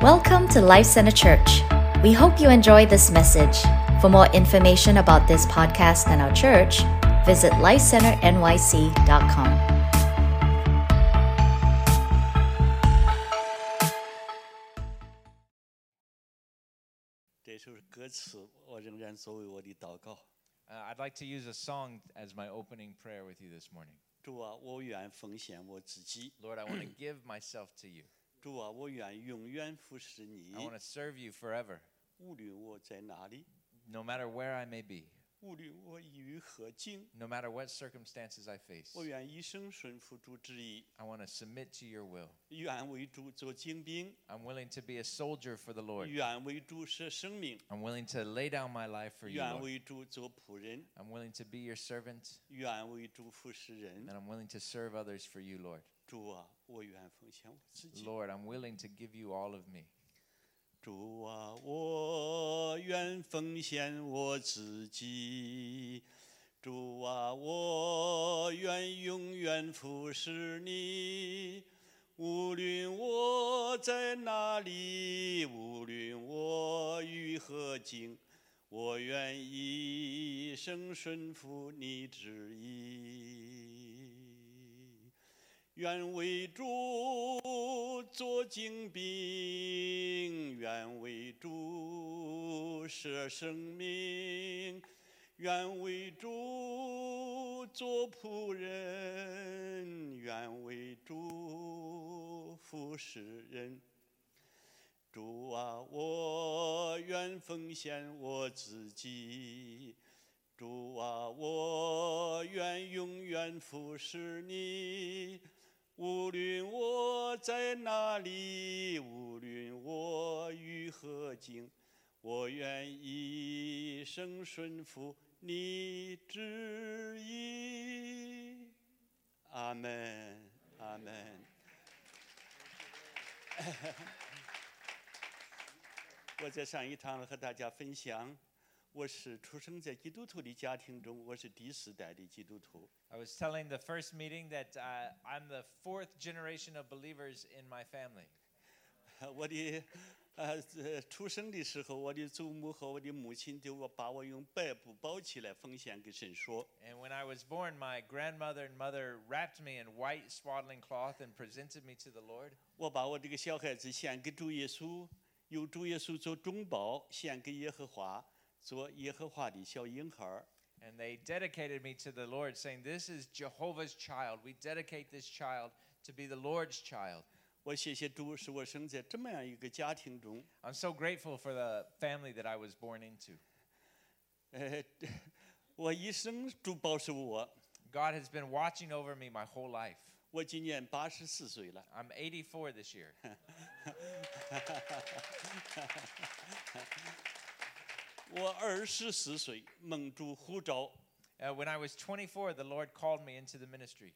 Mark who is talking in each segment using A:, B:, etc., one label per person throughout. A: Welcome to Life Center Church. We hope you enjoy this message. For more information about this podcast and our church, visit lifecenternyc.com.
B: 这首歌词我仍然作为我的祷告。
C: Uh, I'd like to use a song as my opening prayer with you this morning.
B: 主啊，我愿奉献我自己。
C: Lord, I want to give myself to you.
B: 主啊，我愿永远服侍你
C: I，want to serve you forever,
B: 无论我在哪里，
C: no matter where I may be,
B: 无论我于何境，
C: no matter what circumstances I face.
B: 我愿一生顺服主旨意，
C: I want to submit to your will.
B: 愿为主做精兵，
C: I'm willing to be a soldier for the Lord.
B: 愿为主舍生命，
C: I'm willing to lay down my life for you.
B: 愿
C: Lord.
B: 为主做仆人，
C: I'm willing to be your servant,
B: 愿为主服侍人。
C: and I'm willing to serve others for you, Lord.
B: 主啊，我愿奉献我自己。
C: Lord, I'm willing to give you all of me.
B: 主啊，我愿奉献我自己。主啊，我愿永远服侍你，无论我在哪里，无论我于何境，我愿一生顺服你旨意。愿为主做精兵，愿为主舍生命，愿为主做仆人，愿为主服侍人。主啊，我愿奉献我自己。主啊，我愿永远服侍你，无论我在哪里，无论我于何境，我愿一生顺服你旨意。阿门，阿门。我在上一堂和大家分享。我是出生在基督徒的家庭中，我是第四代的基督徒。
C: I was telling the first meeting that uh, I'm the fourth generation of believers in my family.
B: 我的呃呃出生的时候，我的祖母和我的母亲就我把我用白布包起来，奉献给神说
C: And when I was born, my grandmother and mother wrapped me in white swaddling cloth and presented me to the Lord.：“
B: 我把我这个小孩子献给主耶稣，由主耶稣做中保，献给耶和华，做耶和华的小婴孩儿。
C: And they dedicated me to the Lord, saying, This is Jehovah's child. We dedicate this child to be the Lord's child. ”
B: 我谢谢主，使我生在这么样一个家庭中。
C: I'm so grateful for the family that I was born into.
B: 呃，我一生主保守我。
C: God has been watching over me my whole life.
B: 我今年八十四岁了。
C: I'm 84 this year.
B: 我二十四岁，蒙主呼召，
C: Uh, when I was 24, the Lord called me into the ministry.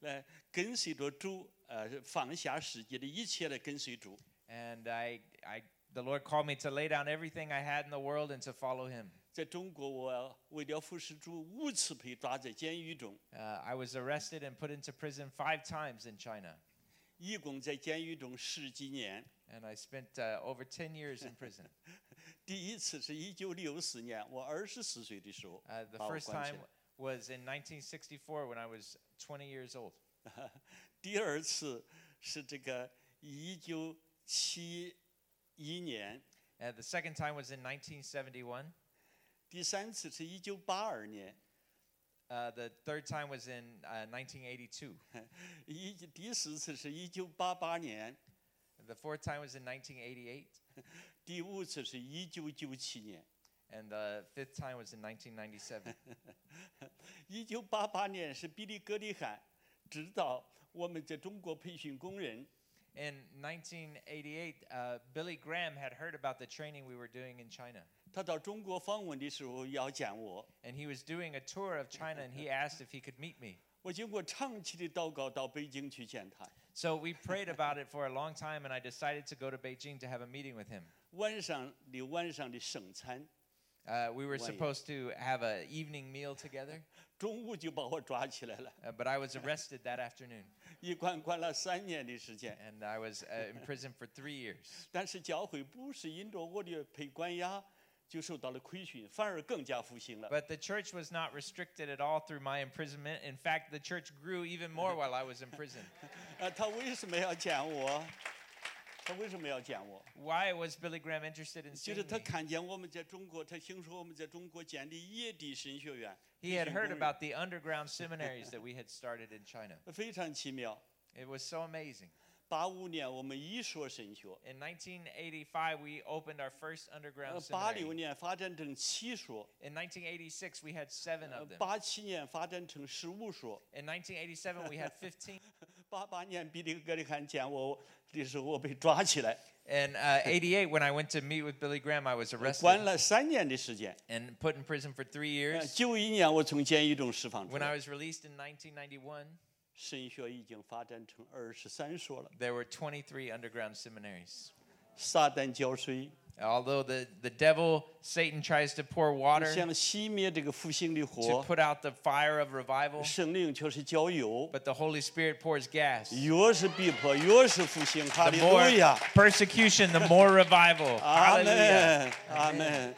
B: 来跟随着主，呃，放下世界的一切来跟随主。
C: And I, I, the Lord called me to lay down everything I had in the world and to follow Him.
B: 在中国，我为了服侍主，五次被抓在监狱中，
C: Uh, I was arrested and put into prison five times in China,
B: 一共在监狱中十几年。
C: and I spent uh, over 10 years in prison.
B: 第一次是一九六四年，我二十四岁的时候
C: Uh,
B: 把
C: the
B: 我
C: first
B: 关起
C: time
B: 来。
C: was in 1964 when I was 20 years old.
B: 第二次是这个一九七一年，
C: Uh, the second time was in 1971.
B: 第三次是一九八二年。
C: Uh, the third time was in uh, 1982.
B: 一第四次是一九八八年，
C: The fourth time was in 1988.
B: 第五次是一九九七年。
C: And the fifth time was in 1997.
B: 一九八八年是比利·格里汉指导我们在中国培训工人，
C: in 1988, uh, Billy Graham had heard about the training we were doing in China.
B: 他到中国访问的时候要见我。
C: And he was doing a tour of China and he asked if he could meet me.
B: 我经过长期的祷告，到北京去见他。
C: So we prayed about it for a long time, and I decided to go to Beijing to have a meeting with him.
B: 晚上的晚上的圣餐，
C: Uh, we were
B: Why?
C: supposed to have an evening meal together,
B: 中午就把我抓起来了。
C: uh, but I was arrested that afternoon.
B: 一关关了三年的时间。
C: and I was uh, in prison for three years.
B: 但是教会不是因着我的被关押就受到了亏损，反而更加复兴了。
C: But the church was not restricted at all through my imprisonment. In fact, the church grew even more while I was in prison.
B: 呃，他为什么要讲我？他为什么要讲我？
C: Why was Billy Graham interested in
B: 就
C: seeing
B: 是
C: me?
B: 他看见我们在中国，他听说我们在中国建立野地神学院，
C: He
B: 培
C: had
B: 训
C: heard
B: 工人
C: about the underground seminaries that we had started in China.
B: 非常奇妙。
C: It was so amazing.
B: 八五年我们一说神学，
C: In 1985, we opened our first
B: 呃
C: underground，
B: 八
C: seminary.
B: 六年发展成七说，
C: In 1986, we had seven
B: 呃
C: of them.
B: 八七年发展成十五说，
C: In 1987, we had 15.
B: 八八年比利格里汉见我的时候，我被抓起来，
C: And uh, 88, when I went to meet with Billy Graham, I was
B: 关
C: arrested
B: 了三年的时间。
C: and put in prison for three
B: 呃，
C: years.
B: 九一年我从监狱中释放出
C: When I
B: 来，
C: was released in 1991,
B: 神学已经发展成二十三说了。
C: there were 23 underground seminaries.
B: 撒旦浇水
C: Although the, the devil, Satan, tries to pour water
B: 想熄灭这个复兴的
C: to
B: 火，
C: put out the fire of revival,
B: 圣灵却是浇油，
C: but the Holy Spirit pours gas.
B: 越是逼迫越是复兴。哈
C: The
B: 利
C: more
B: 路亚，
C: persecution, the more revival.
B: 阿
C: Hallelujah.
B: 门，阿门。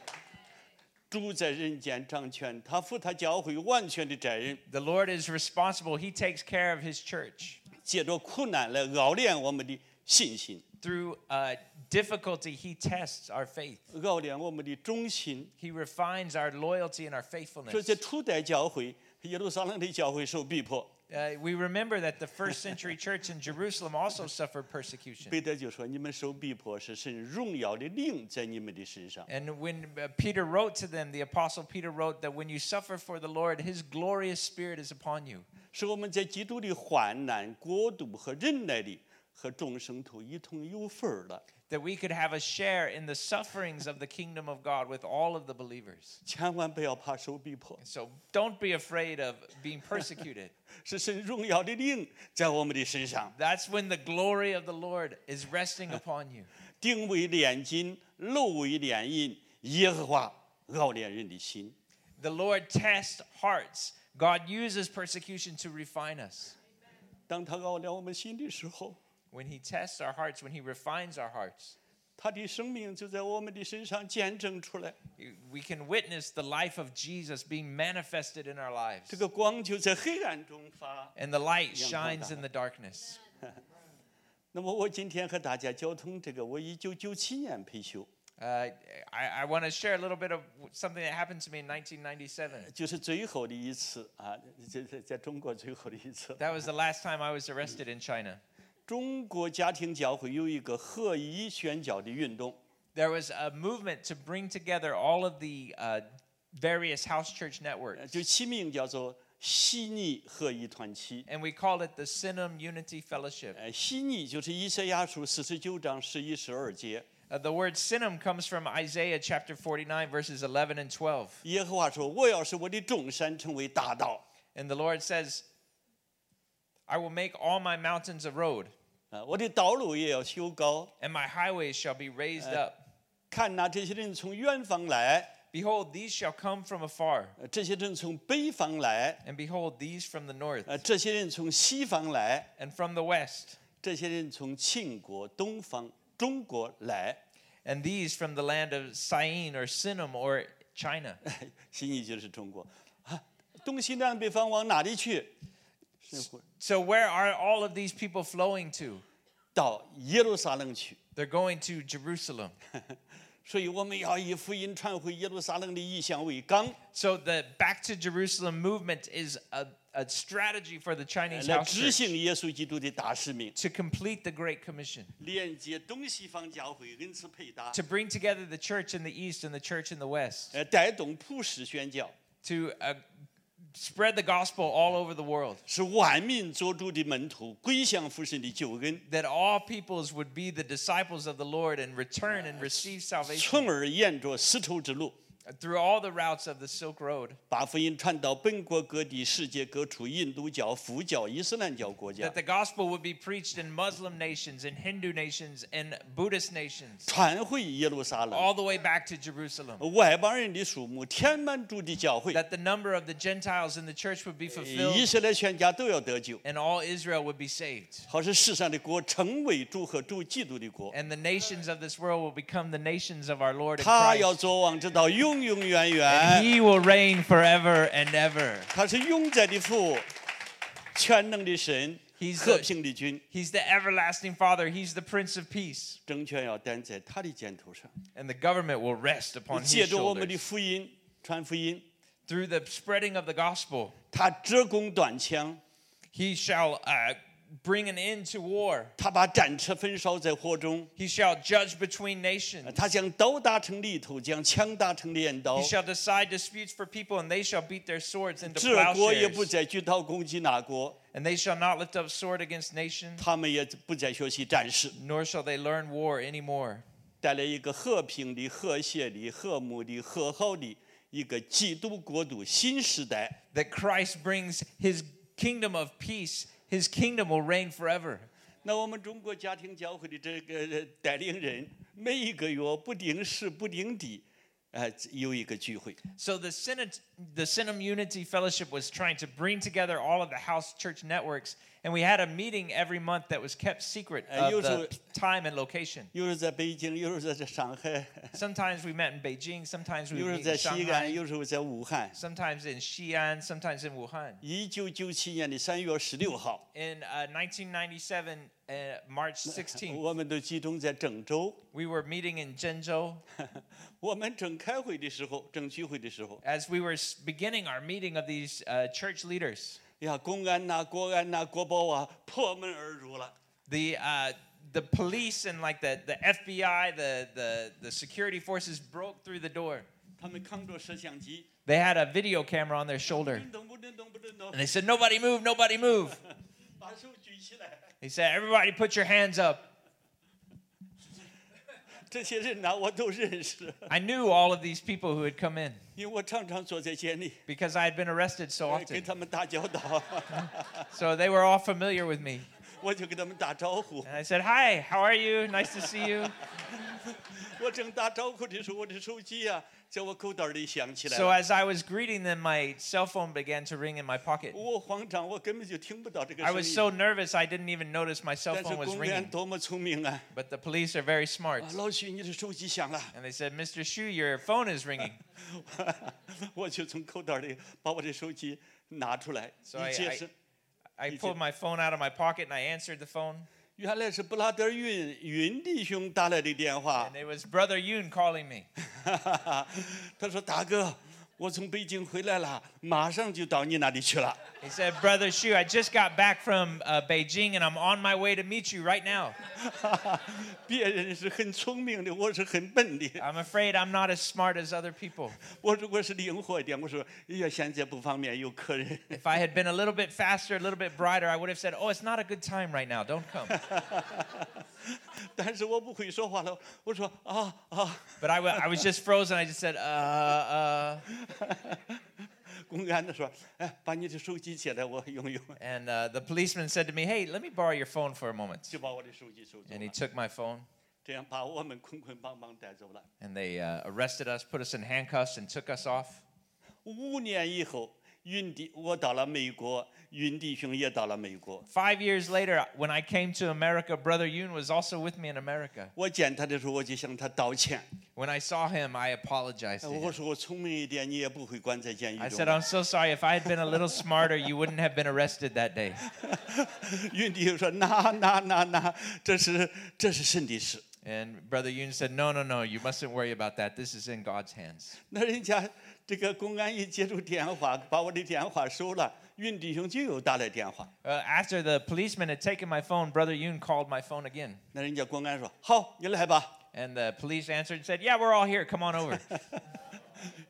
B: 主在人间掌权，他负他教会完全的责任，
C: The Lord is responsible. He takes care of his church.
B: 借着苦难来熬炼我们的信心，
C: Through uh, difficulty, he tests our faith.
B: 熬炼我们的忠心。
C: He refines our loyalty and our faithfulness.
B: 所以，在初代教会耶路撒冷的教会受逼迫，
C: Uh, we remember that the first century church in Jerusalem also suffered persecution.
B: 彼得就说：“你们受逼迫是神荣耀的灵在你们的身上。
C: And when uh, Peter wrote to them, the apostle Peter wrote that when you suffer for the Lord, his glorious spirit is upon you. ”
B: 使我们在基督的患难、国度和忍耐里和众生徒一同有份儿了。
C: That we could have a share in the sufferings of the kingdom of God with all of the believers.
B: 千万不要怕受逼迫，
C: So don't be afraid of being persecuted.
B: 是神荣耀的灵在我们的身上。
C: That's when the glory of the Lord is resting upon you.
B: 定为炼金，楼为炼银，耶和华熬炼人的心。
C: The Lord tests hearts. God uses persecution to refine us.
B: 当他熬炼我们心的时候，
C: When He tests our hearts, when He refines our hearts,
B: 他的生命就在我们的身上见证出来，
C: we can witness the life of Jesus being manifested in our
B: 这
C: lives.
B: 个光就在黑暗中发。
C: And the light shines in the darkness.
B: 那么我今天和大家交通这个，我一九九七年退休，
C: Uh, I, I want to share a little bit of something that happened to me in 1997.
B: 就是最后的一次啊，这在在中国最后的一次。
C: That was the last time I was arrested in China.
B: 中国家庭教会有一个合一宣教的运动，
C: There was a movement to bring together all of the uh, various house church networks.
B: 呃就起名叫做悉尼合一团契。
C: and we called it the Sinim Unity Fellowship.
B: 呃，悉尼就是以赛亚书四十九章十一、十二节，
C: Uh, the word Sinim comes from Isaiah chapter 49, verses 11 and 12.
B: 耶和华说：“我要使我的众山成为大道。
C: And the Lord says, I will make all my mountains a road, ”
B: 啊，我的道路也要修高。
C: and my highways shall be raised up.
B: 看哪，这些人从远方来，
C: Behold, these shall come from afar,
B: 呃这些人从北方来，
C: and behold, these from the north
B: 呃，这些人从西方来，
C: and from the west,
B: 这些人从秦国、东方、中国来，
C: and these from the land of Syene or Sinim or China.
B: 悉尼就是中国啊。东西南北方往哪里去？是会
C: So, where are all of these people flowing to?
B: 到耶路撒冷去。
C: They're going to Jerusalem.
B: 所以我们要以福音传回耶路撒冷的意向为纲，
C: So the Back to Jerusalem movement is a, a strategy for the Chinese
B: 来
C: house
B: 执
C: church
B: 行耶稣基督的大使命，
C: to complete the Great Commission,
B: 连接东西方教会恩赐配搭，
C: to bring together the church in the East and the church in the West,
B: 呃，带动普世宣教，
C: to uh, spread the gospel all over the world,
B: 使万民做主的门徒归向父神的救恩，
C: that all peoples would be the disciples of the Lord and return and receive salvation,
B: 从而沿着丝绸之路
C: through all the routes of the Silk Road,
B: 把福音传到本国各地，世界各处印度教、佛教、伊斯兰教国家
C: that，the gospel would be preached in Muslim nations, in Hindu nations, in Buddhist nations,
B: 传回耶路撒冷。
C: all the way back to Jerusalem.
B: 外邦人的数目填满主的教会，
C: That the number of the Gentiles in the church would be
B: 以
C: fulfilled
B: 色列全家都要得救，
C: and all Israel would be saved.
B: 好使世上的国成为主和主基督的国。
C: And the nations of this world will become the nations of our Lord and
B: 他要
C: Christ.
B: 做王，直到永永远
C: And
B: 远。
C: he will reign forever and ever.
B: 他是永在的父，全能的神，
C: He's
B: 和
C: the-
B: 平的君，
C: He's the everlasting Father. He's the Prince of Peace.
B: 政权要担在他的肩头上。
C: And the government will rest upon his
B: 借着我们的
C: shoulders.
B: 福音传福音，
C: Through the spreading of the gospel,
B: 他折弓断枪，
C: he shall uh, bring an end to war.
B: 他把战车焚烧在火中，
C: He shall judge between nations.
B: 他将刀打成犁头，将枪打成镰刀
C: He。shall decide disputes for people, and they shall beat their swords into
B: 这国也不
C: plowshares.
B: 再举刀攻击那国，
C: And they shall not lift up sword against nation,
B: 他们也不再学习战士，
C: nor shall they learn war anymore.
B: 带来一个和平的、和谐的、和睦的、和好的一个基督国度新时代。
C: That Christ brings his kingdom of peace, his kingdom will reign forever.
B: 那我们中国家庭教会的这个呃带领人，每一个月不定时、不定地，呃，有一个聚会。
C: So the Synod, the Synod Unity Fellowship was trying to bring together all of the house church networks, and we had a meeting every month that was kept secret
B: Uh,
C: of the
B: usually-
C: time and location.
B: 有时候在北京，有时候在上海，
C: Sometimes we met in Beijing, sometimes we
B: 有时候
C: met
B: 在
C: in
B: 西安，
C: Shanghai,
B: 有时候在武汉。
C: sometimes in Xi'an, sometimes in Wuhan.
B: 一九九七年的三月十六号，
C: In uh, 1997, uh, March 16th,
B: 我们都集中在郑州。
C: we were meeting in Zhenzhou.
B: 我们正开会的时候，正聚会的时候，哎
C: As we were s- beginning our meeting of these uh, church leaders,
B: 哎呀，公安呐、国安呐、国保啊，破门而入了。
C: the uh, the police and like the, the FBI, the, the the security forces broke through the door.
B: 他们扛着摄像机，
C: They had a video camera on their
B: 不
C: shoulder,
B: 准动，不准动，不准动
C: and，they said, "Nobody move! Nobody move!"
B: 把手举起来。
C: They said, "Everybody, put your hands up."
B: 这些人呐、我都认识，
C: I knew all of these people who had come in
B: 因为我常常坐在监里，
C: because I had been arrested so
B: 跟
C: often,
B: 他们打交道，
C: so they were all familiar with me.
B: 我就跟他们打招呼。
C: And I said, "Hi, how are you? Nice to see you."
B: 我正打招呼的时候，我的手机呀、在我口袋里响起来
C: So
B: 了。
C: as I was greeting them, my cell phone began to ring in my pocket.
B: 我慌张，我根本就听不到这个
C: I
B: 声
C: was so
B: 音。
C: nervous I didn't even notice my cell
B: 但是
C: phone was
B: 公安
C: ringing.
B: 多么聪明啊！
C: But the police are very smart.
B: 啊老许，你的手机响了，
C: And they said, Mr. Shu, your phone is ringing.
B: 我就从口袋里把我的手机拿出来，
C: So I-
B: 一接是
C: I
B: did.
C: pulled my phone out of my pocket and I answered the phone.
B: 原来是布拉德云云弟兄打来的电话
C: And，it was Brother Yoon calling me.
B: 他说：“大哥，我从北京回来了，马上就到你那里去了。
C: He said, Brother Shu, I just got back from uh, Beijing and I'm on my way to meet you right now. ”
B: 别人是很聪明的，我是很笨的。
C: I'm afraid I'm not as smart as other people.
B: 我如果是灵活一点，我说：“哎呀，现在不方便，有客人。
C: If I had been a little bit faster, a little bit brighter, I would have said, Oh, it's not a good time right now. Don't come. ”
B: 但是我不会说话了，我说：“啊啊
C: But I wa- I was just frozen. I just said, uh, uh.！”
B: 公安的说：“哎，把你的手机借来，我用用。
C: And uh, the policeman said to me, Hey, let me borrow your phone for a ”moment.
B: 就把我的手机收走
C: And he
B: 了，
C: took my phone.
B: 这样把我们捆捆绑绑带走了。
C: And they uh, arrested us, put us in handcuffs, and took us off.
B: 五年以后，云弟我到了美国，云弟兄也到了美国。
C: Five years later, when I came to America, Brother Yoon was also with me in America.
B: 我见他的时候，我就向他道歉。
C: When I saw him, I apologized to
B: 我
C: him.
B: 说我聪明一点，你也不会关在监狱
C: I
B: 中
C: said, I'm so sorry. If I had been a little smarter, you wouldn't have been arrested that day.
B: 云弟兄说：“那那那那，这是这是神的事。
C: And Brother Yoon said, No, no, no, you mustn't worry about that. This is in God's hands.
B: 那人家这个公安一接住电话，把我的电话收了，云弟兄就又打来电话。
C: Uh, after the policeman had taken my phone, Brother Yoon called my phone again.
B: 那人家公安说：“好，你来吧。
C: And the police answered and said, Yeah, we're all here. Come on over. ”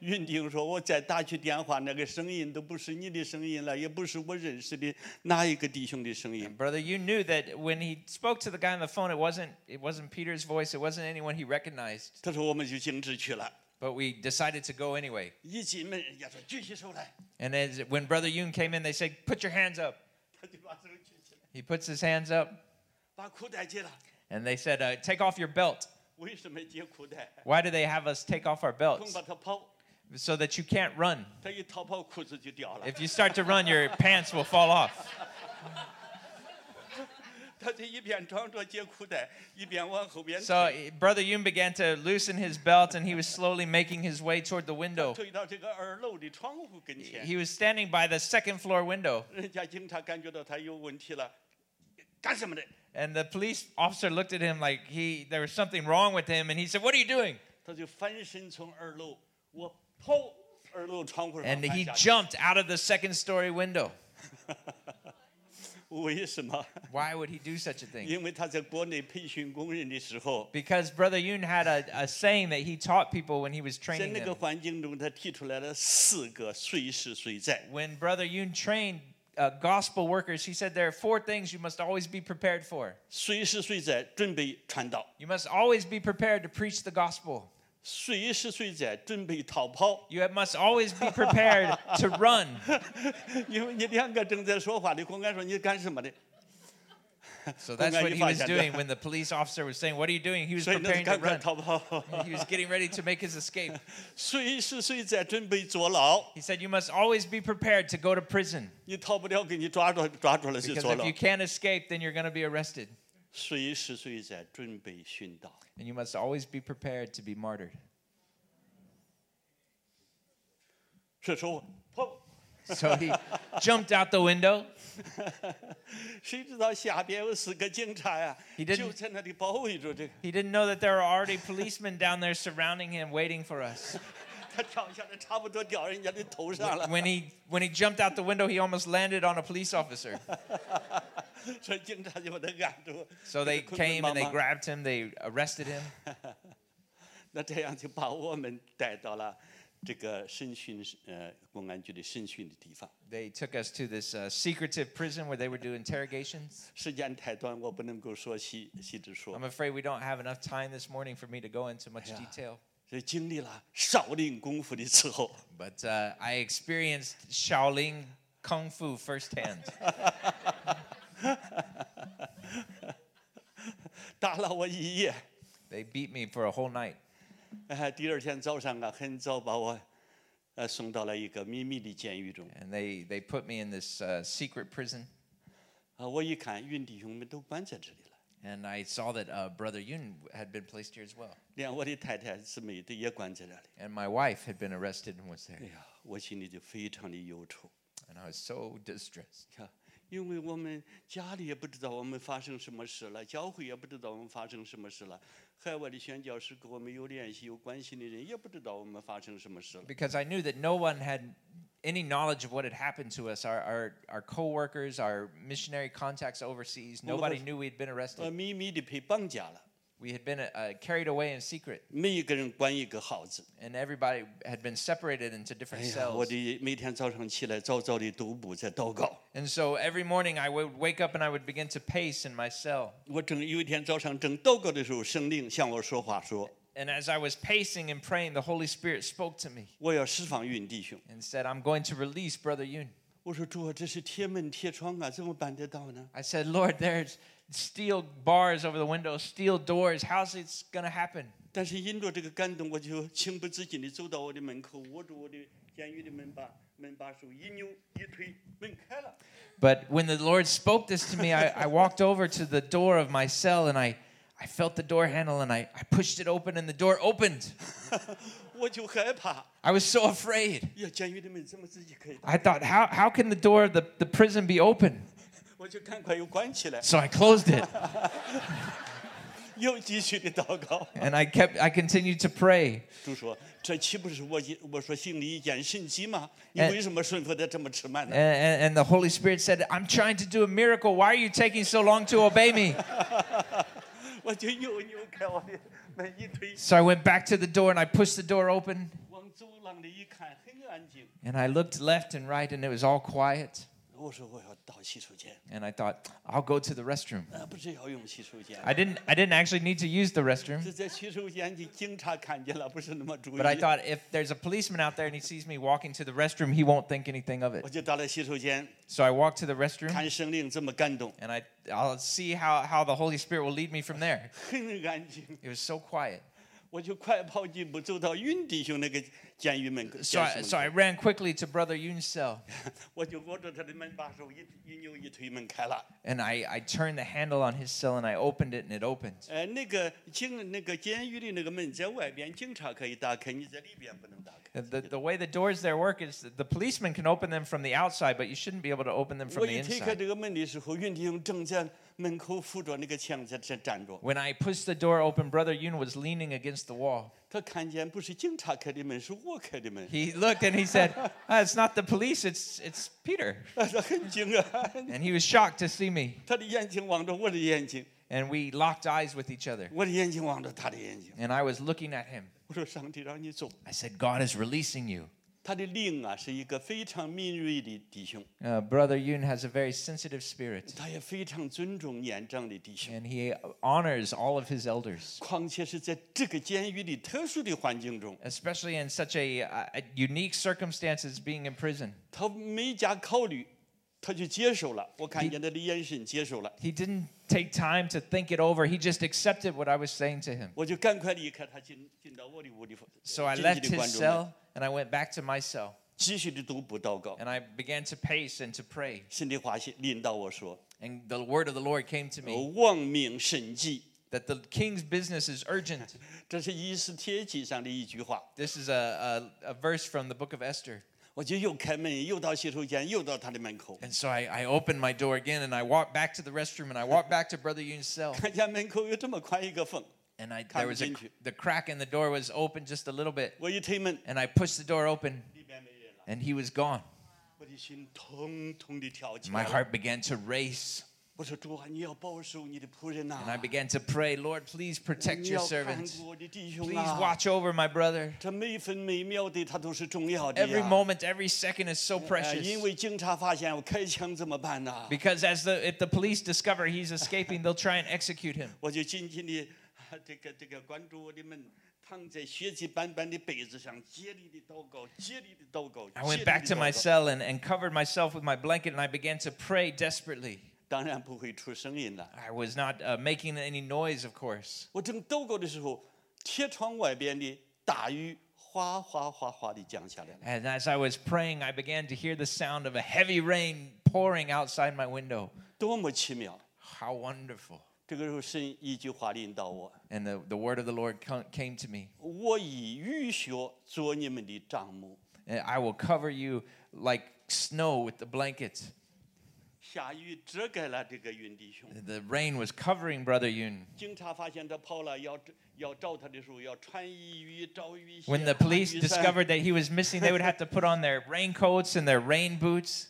B: 云弟兄说：“我再打去电话，那个声音都不是你的声音了，也不是我认识的哪一个弟兄的声音。”
C: Brother, you knew that when he spoke to the guy on the phone, it wasn't it wasn't Peter's voice, it wasn't anyone he recognized.
B: 他说我们就径直去了。
C: But we decided to go anyway.
B: 一进门，人家说举起手来，
C: And as, when Brother Yoon came in, they said, Put your hands up.
B: 他就把手举起来，
C: He puts his hands up,
B: 把裤带解了。
C: and they said, uh, Take off your belt.
B: 为什么解裤带？
C: Why do they have us take off our
B: 恐
C: belts?
B: 怕他跑，
C: So that you can't run.
B: 他一逃跑，裤子就掉了。
C: If you start to run, your pants will fall off.
B: 他这一边装着解裤带，一边往后边
C: So
B: 推，
C: eh, Brother Yoon began to loosen his belt, and he was slowly making his way toward the window.
B: 推到这个二楼的窗户跟
C: He
B: 前。
C: he was standing by the second floor window,
B: 人家警察感觉到他有问题了，干什么的？
C: and the police officer looked at him like he there was something wrong with him, and he said, "What are you doing?"
B: 他就翻身从二楼，我跑二楼窗户上
C: And
B: 翻
C: he
B: 下去
C: jumped out of the second story window.
B: 为什么？
C: Why would he do such a thing?
B: 因为他在国内培训工人的时候，
C: Because Brother Yoon had a, a saying that he taught people when he was
B: 在
C: training
B: 那个
C: them.
B: 环境中，他提出来了四个随时随在。
C: When Brother Yoon trained uh, gospel workers, he said there are four things you must always be prepared for.
B: 随时随在准备传道，
C: You must always be prepared to preach the gospel.
B: 随时随在准备逃跑，
C: You must always be prepared to run
B: 因为你两个正在说话的公安说你干什么的，
C: So that's
B: Kung
C: what
B: nga
C: he
B: yung
C: was
B: fajan
C: doing
B: na.
C: when the police officer was saying, What are you doing? He was
B: 所以那
C: preparing to
B: 赶快
C: run.
B: 逃跑。
C: He was getting ready to make his escape.
B: 随时随在准备坐牢，
C: He said, You must always be prepared to go to prison.
B: 你逃不了，给你抓住抓住了就
C: Because
B: 坐
C: if
B: 牢
C: you。can't escape, then you're going to be arrested.
B: 随时随在准备殉道。
C: And you must always be prepared to be martyred.
B: 这时候跑，
C: So he jumped out the window.
B: 谁知道下边有四个警察呀、
C: He didn't-
B: 就在那里包围着这个，
C: He didn't know that there were already policemen down there surrounding him, waiting for us.
B: 他跳下来差不多掉人家的头上了。
C: When he, when he jumped out the window, he almost landed on a police officer.
B: 所以警察就把他按住。
C: So they
B: 这个捆
C: came
B: 捆
C: and they
B: 绑绑
C: grabbed him, they arrested him.
B: 那这样就把我们带到了这个审讯室呃公安局的审讯的地方。
C: They took us to this uh, secretive prison where they would do interrogations.
B: 时间太短，我不能够说细细致说
C: I'm。afraid we don't have enough time this morning for me to go into much
B: Yeah.
C: detail.
B: 所以经历了少林功夫的伺候，
C: But uh, I experienced Shaolin Kung Fu firsthand.
B: 打了我一夜。
C: they beat me for a whole night.
B: 呃，第二天早上啊，很早把我呃送到了一个秘密的监狱中。
C: And they, they put me in this uh, secret prison.
B: 啊，我一看云弟兄们都关在这里了，
C: And I saw that uh, Brother Yun had been placed here as well.
B: 连我的太太姊妹都也关在这里。
C: And my wife had been arrested and was there.
B: 哎呀，我心里就非常的忧愁，
C: And I was so distressed
B: 啊因为我们家里也不知道我们发生什么事了，教会也不知道我们发生什么事了，海外的宣教师跟我们有联系、有关系的人也不知道我们发生什么事了。
C: because I knew that no one had any knowledge of what had happened to us. Our, our, our co workers, our missionary contacts overseas,
B: Well,
C: nobody
B: because-
C: knew we'd been arrested.
B: 我秘密的被绑架了，
C: We had been uh, carried away in secret,
B: 每一个人关一个号子。
C: and everybody had been separated into different
B: 哎呀，我
C: cells.
B: 的每天早上起来早早的踱步在祷告。
C: And so every morning I would wake up and I would begin to pace in my cell.
B: 我正有一天早上正祷告的时候，圣灵向我说话说
C: And as I was pacing and praying, the Holy Spirit spoke to me：“
B: 我要释放云弟兄。
C: and said, I'm going to release Brother Yun. ”
B: 我说：“主啊，这是铁门铁窗啊，怎么办得到呢
C: I said, Lord, there's steel bars over the window, steel doors. How's it going to happen?？”
B: 但是因着这个感动，我就情不自禁地走到我的门口，握住我的监狱的门把，门把手一扭一推，门开了。
C: But when the Lord spoke this to me, I, I walked over to the door of my cell and I, I felt the door handle and I, I pushed it open and the door opened.
B: 我就害怕，
C: I was so afraid.
B: 呀，监狱的门怎么自己开的？
C: I thought, how, how can the door of the, the prison be open?
B: 我就赶快又关起来，
C: So I closed it
B: 又继续的祷告。
C: and I kept, I continued to pray.
B: 主说：“这岂不是我一我说心里一件神迹吗？你
C: 哎
B: 为什么顺服的这么迟慢呢？”
C: And, and, and the Holy Spirit said, I'm trying to do a miracle. Why are you taking so long to obey me?
B: 我就又扭开我的门一推，
C: So I went back to the door and I pushed the door open
B: 往走廊里一看，很安静。
C: and I looked left and right and it was all quiet.
B: 我我说我要到洗手间，
C: And I thought, I'll go to the restroom.
B: 啊，不是要用洗手间，
C: I didn't I didn't actually need to use the restroom.
B: 这在洗手间你警察看见了，不是那么注意
C: But。I thought if there's a policeman out there and he sees me walking to the restroom, he won't think anything of it.
B: 我就到了洗手间，
C: So I walked to the restroom
B: 看圣灵这么感动，
C: and I I'll see how, how the Holy Spirit will lead me from there.
B: 很安静，
C: It was so quiet.
B: 我就快跑几步走到云弟兄那个监狱门口，监
C: So I,
B: 狱
C: so I
B: 门口
C: ran quickly to Brother Yun's cell
B: 我就握着他的门把手一一扭一推门开了。
C: and I, I turned the handle on his cell and I opened it and it opened.
B: 呃，那个警那个监狱的那个门在外边，警察可以打开，你在里边不能打开。
C: The, the way the doors there work is that the policeman can open them from the outside, but you shouldn't be able to open them
B: 我
C: from the
B: 一推开
C: inside.
B: 这个门的时候，云弟兄正在门口扶着那个墙在这站着。
C: When I pushed the door open, Brother Yun was leaning against the wall.
B: 他看见不是警察开的门，是我开的门，
C: He looked and he said, "Ah, It's not the police, it's, it's Peter.
B: 他很惊啊！
C: And he was shocked to see me.
B: 他的眼睛望着我的眼睛，
C: And we locked eyes with each other.
B: 我的眼睛望着他的眼睛。
C: And I was looking at him.
B: 我说：“上帝让你走。
C: I said, God is releasing you. ”
B: 他的灵啊，是一个非常敏锐的弟兄，
C: Uh, Brother Yun has a very sensitive spirit,
B: 他也非常尊重年长的弟兄，
C: and he honors all of his elders,
B: 况且是在这个监狱的特殊的环境中。
C: especially in such a, uh unique circumstances being in prison.
B: 他没加考虑，他就接受了。我看见他的眼神接受了，
C: He didn't take time to think it over. He just accepted what I was saying to him.
B: 我就赶快离开他，进进到我的屋里，
C: So I
B: 进
C: left
B: 去的
C: his
B: 观众们
C: cell and I went back to my cell
B: 继续的读不祷告。
C: and I began to pace and to pray.
B: 神的话领导我说
C: And the word of the Lord came to：“ me
B: 望命神迹。
C: that the king's business is urgent. ”
B: 这是《以斯帖记》上的一句话。
C: This is a, a, a verse from the book of Esther.
B: 我就又开门，又到洗手间，又到他的门口，
C: And so I, I opened my door again and I walked back to the restroom and I walked back to Brother Yun's cell.
B: 看见门口有这么宽一个缝，
C: And I, there was a,
B: Kanjinju.
C: the crack in the door was open just a little bit.
B: 我一推门，
C: And I pushed the door open
B: 里边没人了，
C: and he was gone.
B: 我的心通通的跳起来
C: My
B: 了。
C: heart began to race.
B: 我说：“主啊，你要保守你的仆人呐、
C: And I began to pray, Lord, please
B: 你
C: protect your
B: 要看
C: servant.
B: 顾我的弟兄
C: Please
B: 啊。”
C: watch over my brother.
B: 这每分每秒的他都是重要的呀
C: Every moment, every second is so
B: 呃
C: precious.
B: 因为警察发现我开枪怎么办呢、
C: Because as the if the police discover he's escaping, they'll try and execute him.
B: 我就紧紧的啊这个这个关注我的门，躺在血迹斑斑的被子上，竭力的祷告，竭力的祷告。
C: I
B: 竭
C: went
B: 力
C: back
B: 地
C: to
B: 祷
C: my
B: 告
C: cell and, and covered myself with my blanket and I began to pray desperately.
B: 当然不会出声音了。
C: I was not uh, making any noise, of course.
B: 我正祷告的时候，铁窗外边的大雨哗哗哗哗的降下来了。
C: And as I was praying, I began to hear the sound of a heavy rain pouring outside my window.
B: 多么奇妙！
C: How wonderful.
B: 这个时候，神一句话引导我：
C: And the, the word of the Lord co- came to me
B: 我以雨雪做你们的帐幕。
C: "And I will cover you like snow with the blanket.
B: 下雨遮盖了这个云弟兄。
C: The rain was covering Brother Yun.
B: 警察发现他跑了，要要找他的时候，要穿衣雨、找雨鞋。
C: When the
B: 拿
C: police
B: 雨伞
C: discovered that he was missing, they would have to put on their raincoats and their rain boots,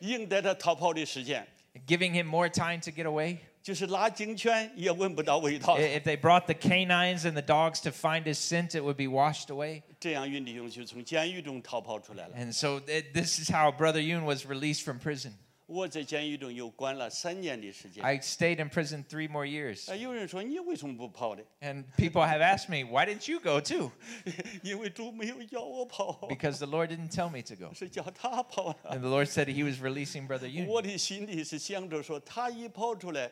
B: 应待他逃跑的时间，
C: giving him more time to get away.
B: 就是拉警犬也闻不到味道
C: I- 。If they brought the canines and the dogs to find his scent, it would be washed away.
B: 这样，云弟兄就从监狱中逃跑出来了。
C: And so th- this is how Brother Yun was released from prison.
B: 我在监狱中又关了三年的时间。
C: I stayed in prison three more years.
B: 哎，有人说你为什么不跑呢？
C: And people have asked me, why didn't you go too?
B: 因为主没有要我跑，
C: Because the Lord didn't tell me to go.
B: 是叫他跑了。
C: And the Lord said he was releasing Brother Yun.
B: 我的心里是想着说，他一跑出来，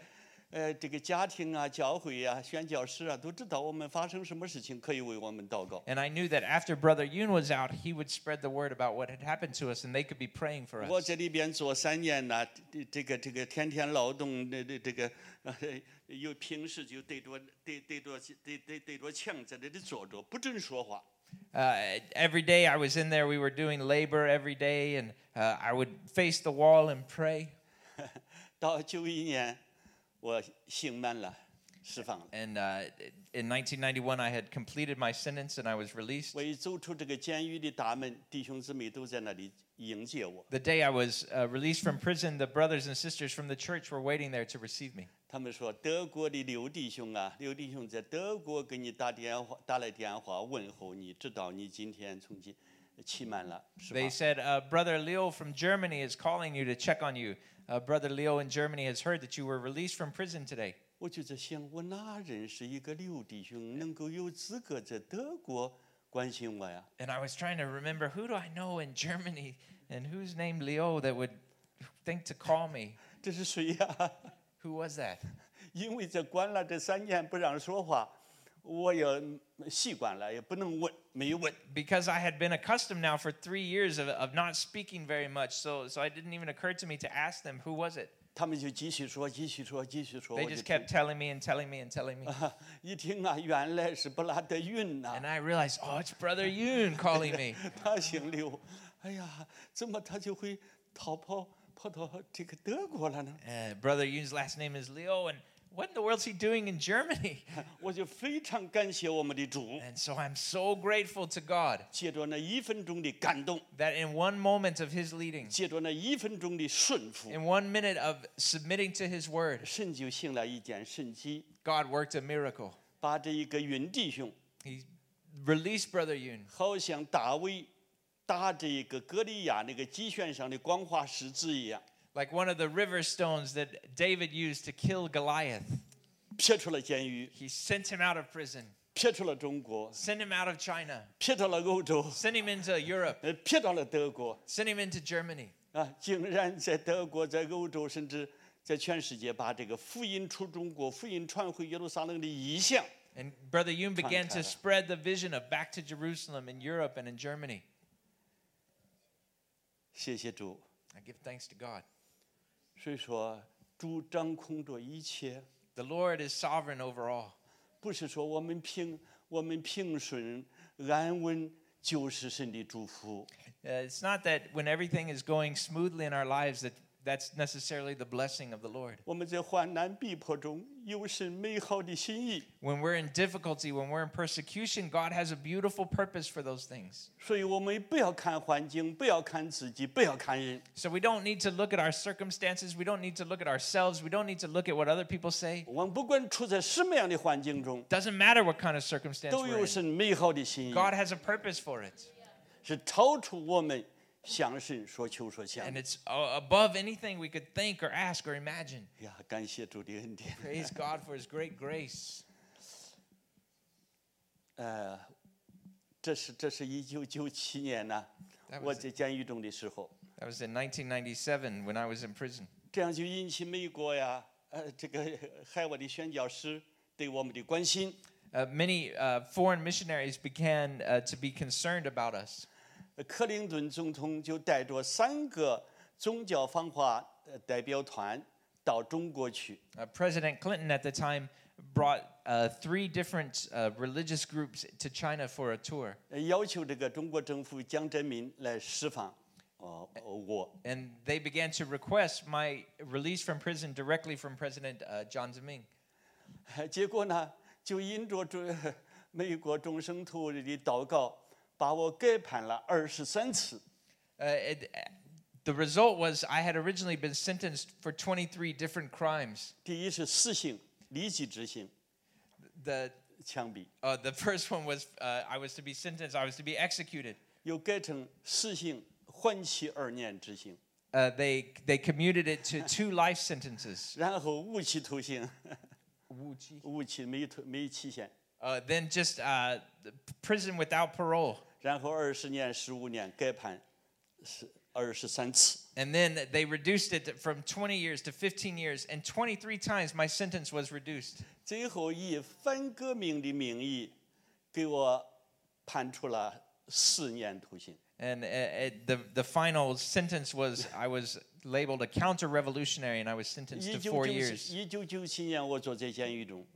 B: 呃，这个家庭啊、教会啊、宣教师啊，都知道我们发生什么事情，可以为我们祷告。
C: And I knew that after Brother Yun was out, he would spread the word about what had happened to us and they could be praying for
B: 我
C: us.
B: 这里边做三年呐，这这个这个天天劳动，这这这个 呃，有平时就对着对对着对对对着墙在这里坐着，不准说话。
C: Uh, every day I was in there, we were doing labor every day, and uh, I would face the wall and pray.
B: 到九一年，我刑满了，释放了。
C: And uh, in 1991, I had completed my sentence and I was released.
B: 我一走出这个监狱的大门，弟兄姊妹都在那里迎接我，
C: The day I was uh, released from prison, the brothers and sisters from the church were waiting there to receive me.
B: 他们说德国的刘弟兄啊，刘弟兄在德国给你打电话，打来电话问候你，知道你今天从监期满了，是吧
C: They？said, uh, Brother Leo from Germany is calling you to check on you. Uh, Brother Leo in Germany has heard that you were released from prison today.
B: 我就在想，我哪认识一个六弟兄能够有资格在德国关心我呀？
C: And I was trying to remember who do I know in Germany and who's named Leo that would think to call me.
B: 这是谁呀？
C: Who was that?
B: 因为这关了这三年不让说话，我也习惯了，也不能问，没问。
C: Because I had been accustomed now for three years of, of not speaking very much, so so it didn't even occur to me to ask them who was it.
B: 他们就继续说，继续说，继续说。
C: They
B: 我就
C: just kept telling me and telling me and telling me,
B: 听 一听啊，原来是布拉德运呐、
C: and I realized, oh, it's Brother Yoon calling me.
B: 他姓刘。哎呀，怎么他就会逃跑跑到这个德国了呢？
C: Uh, Brother Yoon's last name is Leo, and what in the world's he doing in Germany?
B: 我就非常感谢我们的主，
C: And so I'm so grateful to God
B: 借着那一分钟的感动，
C: that in one moment of His leading,
B: 借着那一分钟的顺服，
C: in one minute of submitting to His word,
B: 神就行了一件神迹，
C: God worked a miracle.
B: 把这一个云弟兄，
C: He released Brother Yoon,
B: 好像大卫打这一个歌利亚那个鸡旋上的光滑石子一样，
C: like one of the river stones that David used to kill Goliath.
B: 撇出了监狱，
C: He sent him out of prison,
B: 撇出了中国，
C: sent him out of China,
B: 撇到了欧洲，
C: sent him into Europe,
B: 呃，撇到了德国，
C: sent him into Germany.
B: 啊，竟然在德国、在欧洲，甚至在全世界，把这个福音出中国、福音传回耶路撒冷的意向，
C: And Brother Yoon began to
B: Tyler.
C: spread the vision of back to Jerusalem in Europe and in Germany.
B: 谢谢主。
C: I give thanks to God.
B: 所以说，主掌控着一切，
C: The Lord is sovereign over all.
B: 不是说我们平我们平顺安稳就是神的祝福。
C: Uh, it's not that when everything is going smoothly in our lives that that's necessarily the blessing of the Lord.
B: 我们在患难逼迫中有神美好的心意，
C: When we're in difficulty, when we're in persecution, God has a beautiful purpose for those things.
B: 所以我们不要看环境，不要看自己，不要看人，
C: So we don't need to look at our circumstances. We don't need to look at ourselves. We don't need to look at what other people say.
B: 我们不管处在什么样的环境中，
C: Doesn't matter what kind of circumstance
B: 都
C: we're
B: 有
C: in.
B: 神美好的心意。
C: God has a purpose for it.
B: 是超出我们向神所求所想
C: And
B: 的。
C: it's uh, above anything we could think or ask or imagine.
B: 哎呀，感谢主的恩 典。
C: Praise God for his great grace.
B: 呃，这是这是一九九七年呢、
C: That
B: 我
C: was,
B: 在监狱中的时候，
C: that was in 1997 when I was in prison.
B: 这样就引起美国呀，呃，这个海外的宣教师对我们的关心。
C: Uh, many uh, foreign missionaries began uh, to be concerned about us.
B: 呃克林顿总统就带着三个宗教访华呃代表团到中国去，
C: Uh, President Clinton at the time brought uh, three different uh, religious groups to China for a tour,
B: 呃要求这个中国政府江泽民来释放哦哦我。
C: and they began to request my release from prison directly from President uh, John Zeming.
B: 结果呢，就因着这呃美国众生徒的祷告，把我改判了二十三次。
C: Uh, it, the result was I had originally been sentenced for 23 different crimes.
B: 第一是死刑，立即执行，
C: The
B: 枪毙；
C: uh, the first one was uh, I was to be sentenced. I was to be executed.
B: 又改成死刑，缓期二年执行，
C: Uh, they they commuted it to two life sentences.
B: 然后无期徒 刑，无期没徒没期限，
C: Uh, then just uh, the p- prison without parole.
B: 然后二十年、十五年改判是二十三次。
C: And then they reduced it from 20 years to 15 years, and 23 times my sentence was reduced.
B: 最后以反革命的名义，给我判处了四年徒刑。
C: And uh, uh, the, the final sentence was I was labeled a counter revolutionary, and I was sentenced
B: 一
C: to
B: 九
C: four
B: 九
C: years.
B: 七一九九七年，我坐在监狱中。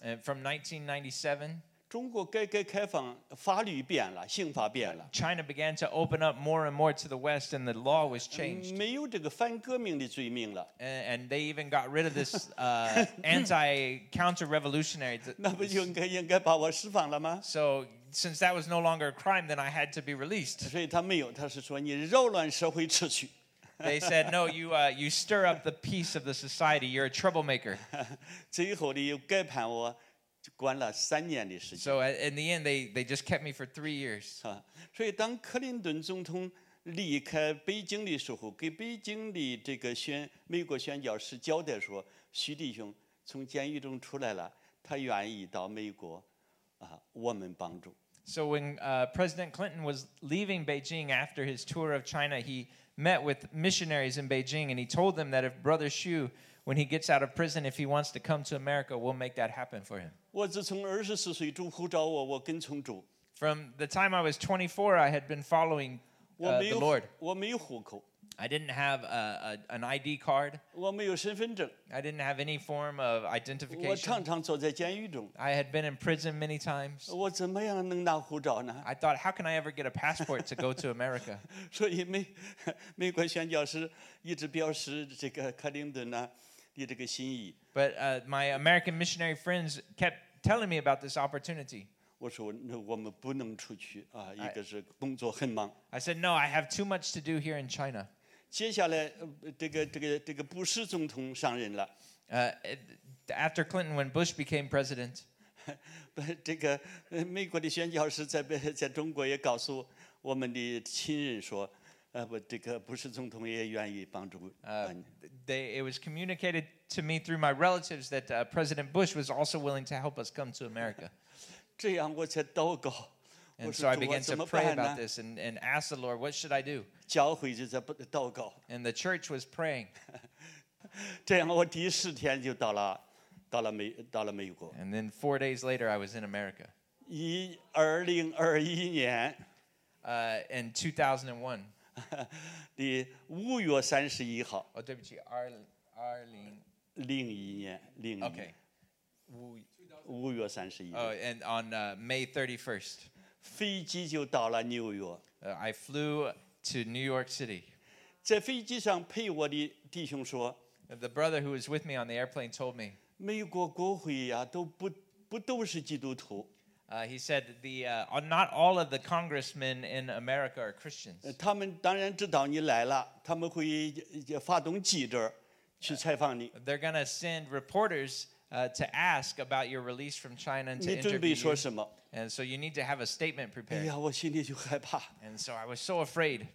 C: And from 1997,
B: 中国改革开放，法律变了，刑法变了，
C: China began to open up more and more to the West, and the law was changed.
B: 没有这个反革命的罪名了，
C: And, and they even got rid of this uh, anti counter revolutionary.
B: 那不就应该应该把我释放了吗？
C: So, since that was no longer a crime, then I had to be released.
B: 所以他没有，他是说你扰乱社会秩序。
C: They said, "No, you uh, you stir up the peace of the society. You're a troublemaker."
B: 最后的又改判我关了三年的时间。
C: So a- in the end, they, they just kept me for three years.
B: 啊，所以当克林顿总统离开北京的时候，给北京的这个宣美国宣教师交代说，徐弟兄从监狱中出来了，他愿意到美国，啊，我们帮助。
C: So when uh, President Clinton was leaving Beijing after his tour of China, he met with missionaries in Beijing and he told them that if Brother Xu, when he gets out of prison, if he wants to come to America, we'll make that happen for him.
B: 我自从二十四岁主呼召我，我跟从主，
C: From the time I was 24, I had been following
B: 我
C: uh,
B: 没
C: the
B: 有
C: Lord.
B: 我没有户口，
C: I didn't have a, a, an ID card.
B: 我没有身份证，
C: I didn't have any form of
B: 我
C: identification.
B: 常常坐在监狱中，
C: I had been in prison many times.
B: 我怎么样能拿护照呢？
C: I thought, how can I ever get a passport to go to America?
B: 所以美 美国宣教师一直表示这个克林顿呢的这个心意。
C: But uh, my American missionary friends kept telling me about this opportunity.
B: 我说那我们不能出去啊，
C: 哎
B: 一个是工作很忙。
C: I said, no, I have too much to do here in China.
B: 接下来，呃这个这个这个布什总统上任了，
C: Uh, it- after Clinton, when Bush became president,
B: 不，这个呃美国的宣教师在北在中国也告诉我们的亲人说，呃，不，这个布什总统也愿意帮助
C: 哎
B: 啊你。
C: they, it was communicated to me through my relatives that uh, President Bush was also willing to help us come to America.
B: 这样我才祷告，我
C: And so
B: 说
C: I
B: 主我
C: began
B: 怎
C: to
B: 么办
C: pray about
B: 呢？
C: this and, and ask the Lord, what should I do?
B: 教会就在不祷告，
C: And the church was praying.
B: 这样我第十天就到了，到了美到了美国，
C: And then four days later, I was in America
B: 一二零二一年。
C: uh, in 2001.
B: 的五月三十一号，
C: Oh, 对不起, Arl- Arlene.
B: 零一年，零一
C: Okay.
B: 年五月三十一
C: Oh,
B: 号，
C: and on uh, May 31st,
B: 飞机就到了纽约。
C: uh, I flew to New York City.
B: 在飞机上陪我的弟兄说，
C: The brother who was with me on the airplane told me,
B: 美国国会呀、都不不都是基督徒，
C: uh, he said, the, uh, uh, not all of the congressmen in America are Christians.
B: 呃他们当然知道你来了，他们会呃发动记者
C: 呃
B: 去采访你。
C: They're going to send reporters uh, to ask about your release from China and to
B: 你准
C: interview
B: 备说
C: you.
B: 什么？
C: And so you need to have a statement
B: 哎
C: prepared.
B: 呀，我心里就害怕，
C: And so I was so afraid.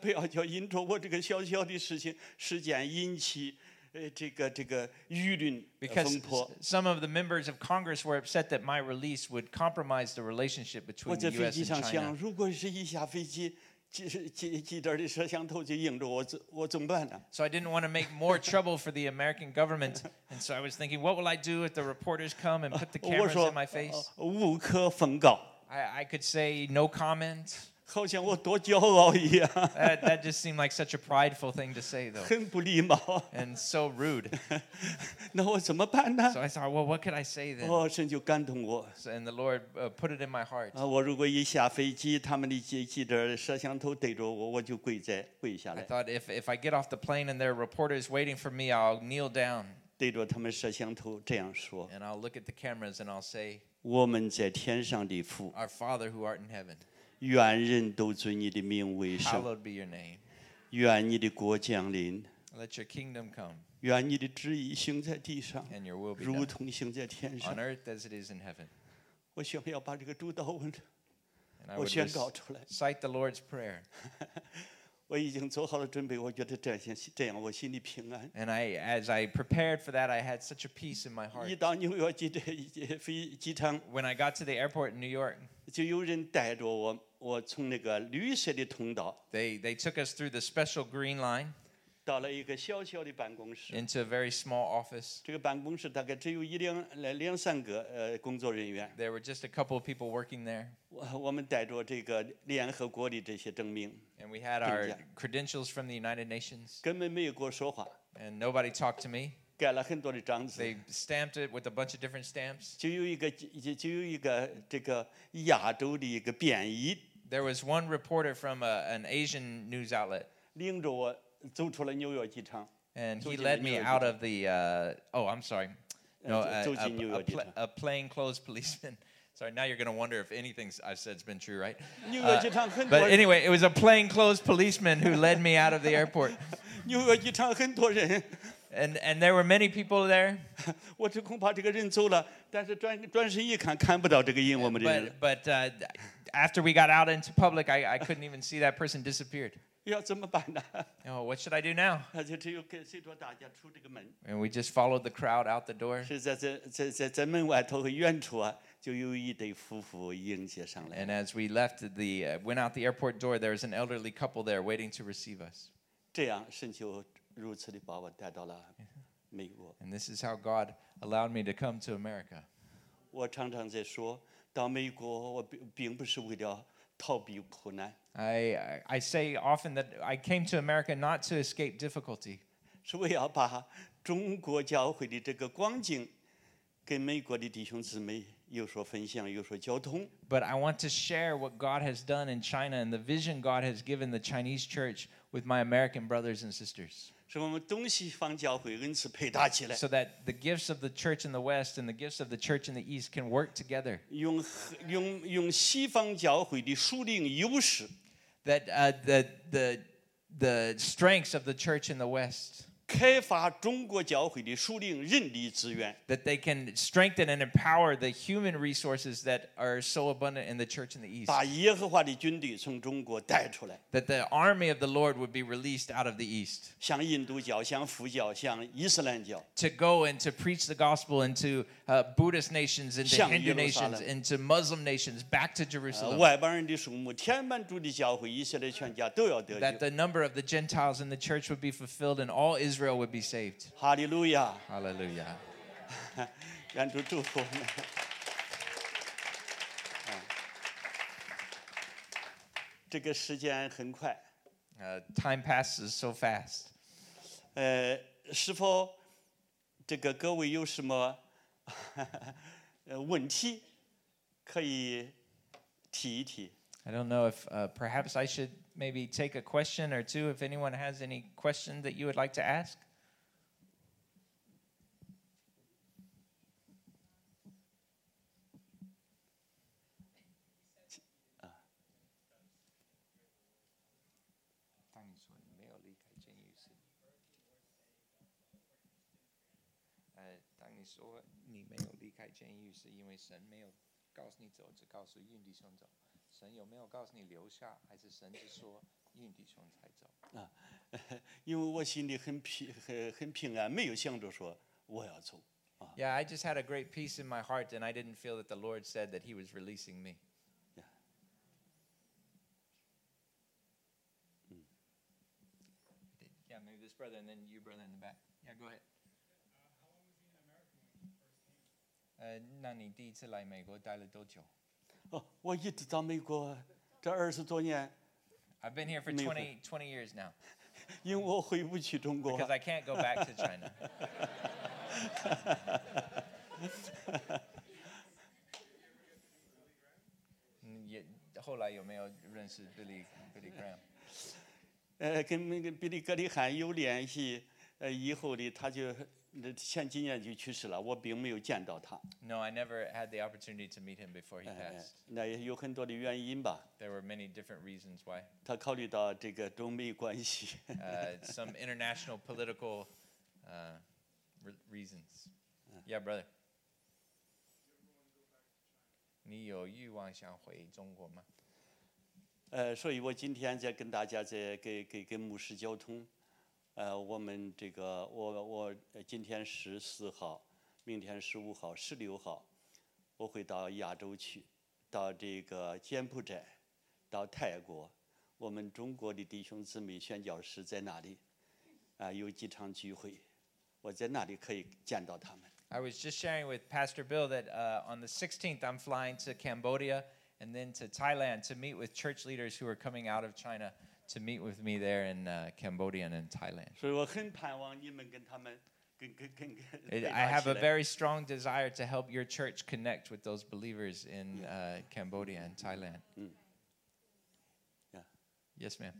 B: 不要叫因着我这个小小的事情事件引起呃这个这个舆论呃
C: Because
B: 风波
C: s-。some of the members of Congress were upset that my release would compromise the relationship
B: 我
C: between
B: 在
C: the
B: 飞
C: U.S.
B: 机
C: and
B: 上想，
C: China.
B: 如果是一下飞机，记记记者的摄像头就迎着我，怎我怎么办呢？
C: So I didn't want to make more trouble for the American government. And so I was thinking, what will I do if the reporters come and put the
B: 我
C: cameras
B: 说
C: in my face?
B: 呃无可奉告，
C: I, I could say no comment.
B: 好像我多骄傲一样，
C: That, that just seemed like such a prideful thing to say, though,
B: 很不礼貌。
C: and so rude.
B: 那我怎么办呢
C: So？I thought, well, what could I say then?
B: 哦，神就感动我
C: So- And the Lord uh, put it in my heart.
B: 啊！我如果一下飞机，他们的记记者摄像头对着我，我就跪在跪下
C: I
B: 来，
C: thought, if, if I get off the plane and there are reporters waiting for me, I'll kneel down
B: 对着他们摄像头这样说
C: and I'll look at the cameras and I'll say,：“
B: 我们在天上的父，
C: Our Father who art in heaven,
B: 愿人都尊你的名为圣，
C: hallowed be your name.
B: 愿你的国降临，
C: Let your kingdom come
B: 愿你的旨意行在地上。”
C: and your will be
B: 如
C: done
B: 同行在天
C: on
B: 上。
C: earth as it is in heaven.
B: 我想要把这个主导文
C: And I
B: 我
C: would
B: 宣
C: rec-
B: 告出来。
C: cite the Lord's Prayer.
B: 我已经做好了准备，我觉得这样这样我心里平安。
C: And I, as I prepared for that, I had such a peace in my heart.
B: 一到纽约机这飞机场，
C: When I got to the airport in New York,
B: 就有人带着我，我从那个绿色的通道
C: they, they took us through the special green line
B: 到了一个小小的办公室。
C: into a very small office.
B: 这个办公室大概只有一两来两三个呃工作人员。
C: There were just a couple of people working there,
B: 我我们带着这个联合国的这些证明，
C: and we had
B: Couldn't
C: our
B: get-
C: credentials from the United Nations,
B: 根本没有跟我说话，
C: and nobody talked to me.
B: 盖了很多的章子。
C: They stamped it with a bunch of different stamps.
B: 就有一个就就有一个这个亚洲的一个便衣
C: There was one reporter from a, an Asian news outlet,
B: 领着我走出了纽约机场，
C: and
B: So
C: he
B: you-
C: led
B: you
C: me
B: know, you
C: out
B: can-
C: of the. Uh, oh, I'm sorry. No,
B: Uh,
C: a,
B: so- so
C: a,
B: you knew
C: a,
B: what you
C: pla-
B: did.
C: a plainclothes policeman. Sorry, now you're going to wonder if anything s- I've said's been true, right?
B: 纽
C: Uh,
B: 约机场很多
C: but
B: 人，
C: anyway, it was a plainclothes policeman who led me out of the airport.
B: 纽约机场很多人，
C: And, and there were many people there,
B: 我这恐怕这个人走了，但是转转身一看，看不到这个人，我们这人
C: but, but uh, after we got out into public, I, I couldn't even see that person disappeared.
B: 要怎么办呢？
C: Oh, what should I do now?
B: 他就只有跟随着大家出这个门，
C: And we just followed the crowd out the door.
B: 是在这在在在门外头和远处啊，就有一对夫妇迎接上来。
C: And as we left the, uh, went out the airport door, there was an elderly couple there waiting to receive us.
B: 这样，神就如此的把我带到了美国。
C: And this is how God allowed me to come to America.
B: 我常常在说，到美国我并并不是为了逃避苦难，
C: I, I- I say often that I came to America not to escape difficulty,
B: 是为了把中国教会的这个光景，跟美国的弟兄姊妹有所分享，有所交通。
C: but I want to share what God has done in China and the vision God has given the Chinese church with my American brothers and sisters
B: 使我们东西方教会恩赐配搭起来，
C: so that the gifts of the church in the West and the gifts of the church in the East can work together.
B: 用和用用西方教会的属灵优势，
C: That uh, the, the, the strengths of the church in the West,
B: 开发中国教会的属灵人力资源。
C: that they can strengthen and empower the human resources that are so abundant in the church in the East.
B: 把耶和华的军队从中国带出来，
C: That the army of the Lord would be released out of the East.
B: 像印度教、像佛教、像伊斯兰教，
C: to go and to preach the gospel into uh, Buddhist nations, into
B: Xiang
C: Hindu
B: Jerusalem. Uh,
C: nations, into Muslim nations, back to
B: 呃
C: Jerusalem.
B: 外邦人的数目，天满主的教会，以色列全家都要得
C: that
B: 救。
C: the number of the Gentiles in the church would be fulfilled and all Israel would be saved.
B: 哈利路亚！
C: Hallelujah.
B: 愿主祝福我们。啊这个时间很快，
C: Uh, time passes so fast.
B: 呃，是否这个各位有什么 呃问题可以提一提？
C: I don't know if uh, perhaps I should maybe take a question or two if anyone has any question that you would like to ask.
B: 啊 因为我心里很平很很平安，没有想着说我要走。啊
C: Yeah, I just had a great peace in my heart, and I didn't feel that the Lord said that He was releasing me.
B: 嗯。
C: Hmm. Yeah, maybe this brother, and then you, brother, in the back. Yeah, go ahead. Uh, 那你第一次来美国待了多久？
B: 哦，我一直到美国这二十多年，
C: I've been here for
B: 没有
C: 20, 20 years now
B: 因为我回不去中国。
C: because I can't go back to China. 嗯，也后来有没有认识 Billy Billy Graham？
B: 呃，跟那个比利·格里汉有联系，呃，以后的他就那前几年就去世了，我并没有见到他，
C: No, I never had the opportunity to meet him before he
B: 呃
C: passed.
B: 那也有很多的原因吧。
C: There were many different reasons why.
B: 他考虑到这个中美关系，
C: Uh, some international political uh, re- reasons. Yeah, brother. 你有欲望想回中国吗？
B: 呃，所以我今天在跟大家在给给给牧师交通，呃，我们这个我我呃今天十四号，明天十五号、十六号，我会到亚洲去，到这个柬埔寨，到泰国，我们中国的弟兄姊妹宣教师在那里，啊、有几场聚会，我在那里可以见到他们。
C: I was just sharing with Pastor Bill that uh, on the 16th, I'm flying to Cambodia and then to Thailand to meet with church leaders who are coming out of China to meet with me there in uh, Cambodia and in Thailand.
B: 所以我很盼望你们跟他们跟跟跟跟
C: It-
B: 配
C: 哎 I
B: 搭
C: have
B: 起
C: a
B: 来
C: very strong desire to help your church connect with those believers in uh, Cambodia and Thailand.
B: Yeah.
C: Yes, ma'am.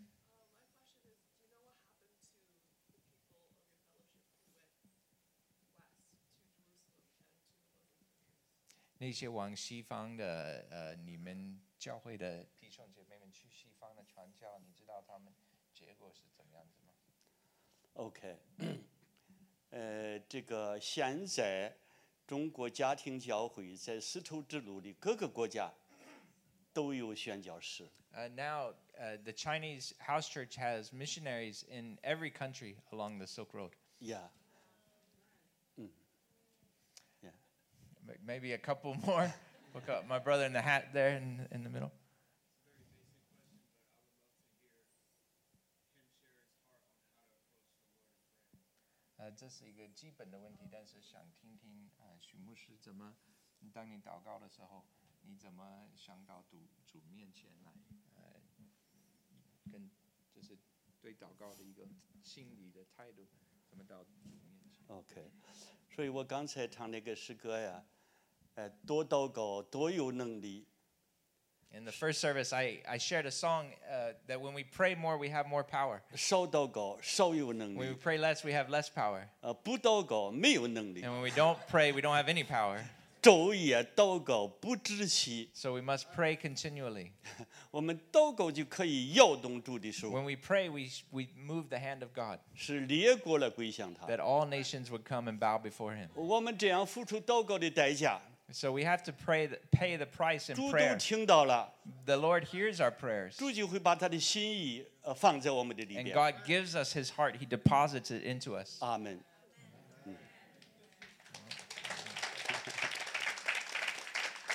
B: OK，呃，这个现在中国家庭教会在丝绸之路的各个国家都有宣教士。
C: Uh, now, uh, the Chinese house church has missionaries in every country along the Silk Road.
B: Yeah.
C: M- Maybe a couple more. Look up my brother in the hat there in, in the middle. Uh, 这是一个基本的问题，但是想听听啊，许牧师怎么，当你祷告的时候，你怎么想到主主面前来，呃，跟就是对祷告的一个心理的态度，怎么到主面前？
B: OK，所以我刚才唱那个诗歌呀，呃，多祷告，多有能力。
C: In the first service, I, I shared a song uh, that when we pray more, we have more power.
B: 少祷告，少有能
C: When we
B: 力；
C: pray less, we have less power.
B: 呃，不祷告，没有能力
C: And。when we don't pray, we don't have any power.
B: 昼夜祷告不止息，
C: So we must pray continually.
B: 我们祷告就可以摇动主的手，
C: When we pray, we, sh- we move the hand of God,
B: 使列国来归向他。
C: that all nations would come and bow before Him.
B: 我们这样付出祷告的代价，
C: So we have to pray, th- pay the price in
B: 主都
C: prayer.
B: 听到了，
C: The Lord hears our prayers,
B: 主就会把他的心意呃放在我们的里
C: and
B: 边。
C: God gives us His heart. He deposits it into us.
B: 阿门。嗯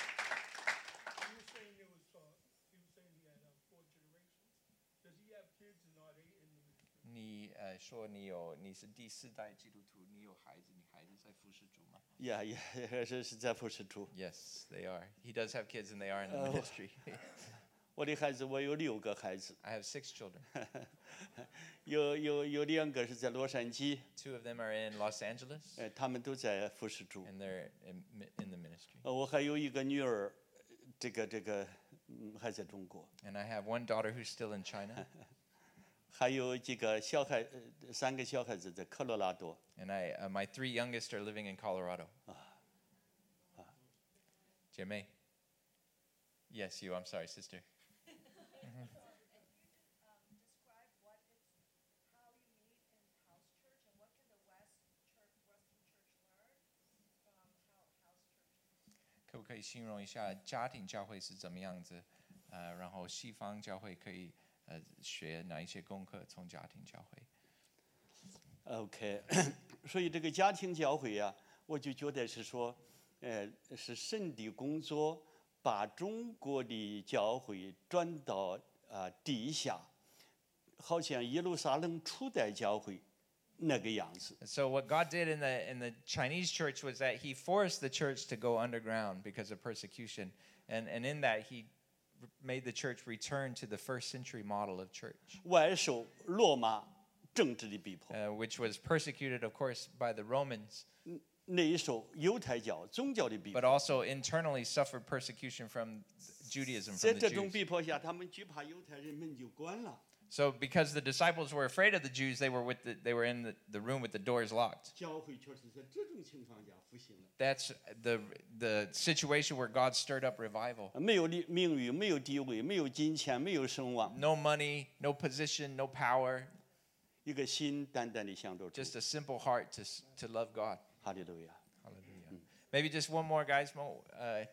D: You were saying there was, uh, you were saying he had uh, four generations. Does he have kids and are they in the ministry?
C: uh, 你呃说你有你是第四代基督徒，你有孩子，你孩子在服侍主吗？
B: 呀呀， 是是在服侍主。
C: Yes, they are. He does have kids and they are in the
B: Oh.
C: ministry.
B: 我的孩子，我有六个孩子，
C: I have six children.
B: 有有有两个是在洛杉矶，
C: Two of them are in Los Angeles
B: 呃，他们都在服侍主。
C: and they're in, mi- in the ministry.
B: 呃，我还有一个女儿，呃这个这个，嗯，还在中国。
C: And I have one daughter who's still in China
B: 还有几个小孩，呃，三个小孩子在科罗拉多。
C: and I uh, my three youngest are living in Colorado. Jimmy. Yes, you. I'm sorry, sister.
E: describe what it's, how you meet in house church and what can the West church, Western church learn from how house church
C: 可不可以形容一下家庭教会是怎么样子？呃，然后西方教会可以呃学哪一些功课从家庭教会？
B: OK，所以 这个家庭教会呀、啊我就觉得是说，呃，是神的工作，把中国的教会转到啊、地下，好像耶路撒冷初代教会那个样子。
C: So what God did in the in the Chinese church was that He forced the church to go underground because of persecution, and and in that He r- made the church return to the first century model of church,
B: 外受罗马政治的逼迫，
C: uh, which was persecuted, of course, by the Romans,
B: 内受犹太教宗教的逼迫
C: but。also internally suffered persecution from Judaism
B: 在
C: from
B: 这
C: the
B: 种
C: Jews.
B: 逼迫下，他们惧怕犹太人，门就关了，
C: So because the disciples were afraid of the Jews, they were with the, they were in the, the room with the doors locked.
B: 教会确实在这种情况下复兴了。
C: That's the the situation where God stirred up revival.
B: 没有利名誉，没有地位，没有金钱，没有声望，
C: No money, no position, no power,
B: 一个心淡淡的向着主。
C: just a simple heart to s- to love God.
B: 哈利路亚！
C: Hallelujah. Maybe just one more, guys. Mo- Uh,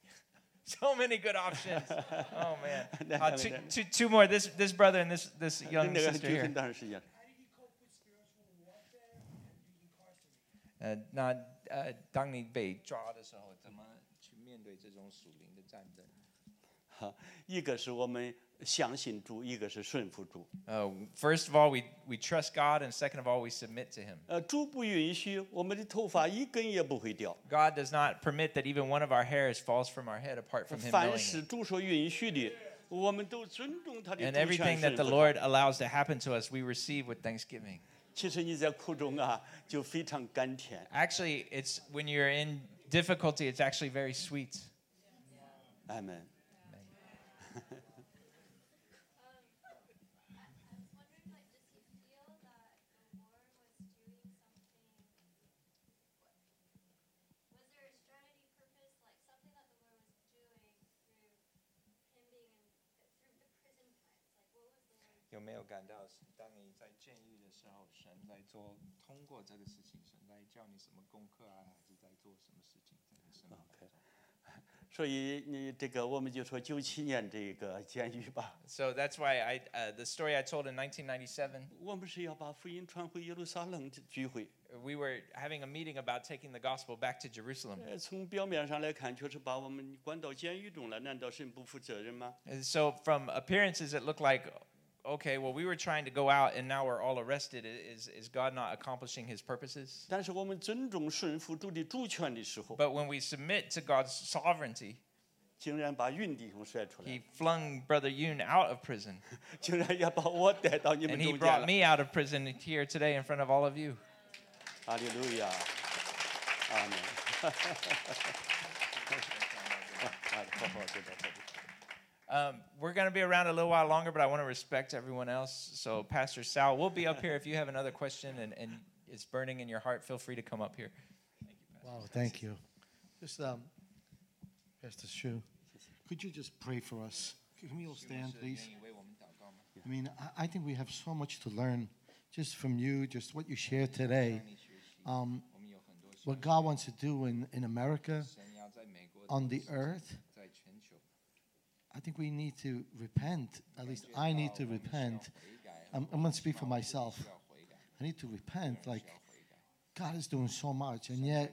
C: so many good options. Oh man, uh, two, two, two more. This this brother and this this
B: 那
C: young
B: 个
C: sister
B: 纠
C: here.
B: 纷当然是一样。
D: How did he cope with spiritual warfare and being incarcerated?
C: 呃，那呃，当你被抓的时候，怎么去面对这种属灵的战争？
B: 哈，一个是我们相信主，一个是顺服主。
C: Uh, first of all, we, we trust God, and second of all, we submit to Him.
B: 呃，主不允许我们的头发一根也不会掉，
C: God does not permit that even one of our hairs falls from our head apart from Him
B: 凡
C: knowing
B: 是
C: it.
B: 主所允许的，我们都尊重他的
C: And
B: 主权
C: everything
B: 顺
C: that the
B: 服。
C: Lord allows to happen to us, we receive with thanksgiving.
B: 其实你在苦中啊，就非常甘甜。
C: Actually, it's when you're in difficulty, it's actually very sweet.
B: 阿门。
F: I was wondering, like, does he feel that the war was doing something? Was there a strategy, purpose, like something that the war was doing through him being in, through the prison times? Like, what was the war doing?
C: 有没有感到，当你在监狱的时候，神在做通过这个事情，神在教你什么功课啊，还是在做什么事情在你生命当
B: OK
C: 中
B: 所以你这个我们就说九七年这个监狱吧，
C: So that's why I uh, the story I told in 1997.
B: 我们是要把福音传回耶路撒冷聚会。
C: We were having a meeting about taking the gospel back to Jerusalem.
B: 呃，从表面上来看，确实把我们关到监狱中了，难道神不负责任吗？
C: And so from appearances, it looked like, okay, well, we were trying to go out and now we're all arrested. I- Is, is God not accomplishing his purposes?
B: 但是我们尊重顺服主的主权的时候，
C: But when we submit to God's sovereignty,
B: 竟然把云弟兄甩出来，
C: he flung Brother Yoon out of prison.
B: 竟然也把我带到你们
C: And he
B: 中间
C: brought
B: 了。
C: me out of prison here today in front of all of you.
B: 哈利路亚，阿 门。啊，好好，知道，知道。
C: Um, we're going to be around a little while longer, but I want to respect everyone else. So, Pastor Sal, we'll be up here. If you have another question and, and it's burning in your heart, feel free to come up here.
G: Wow, Oh, thank you. Just, um, Pastor Shu, could you just pray for us? Can we all stand, please? I mean, I, I think we have so much to learn just from you, just what you shared today. Um, what God wants to do in, in America, on the earth. I think we need to repent. At least I need to repent. I'm, I'm going to speak for myself. I need to repent. Like, God is doing so much, and yet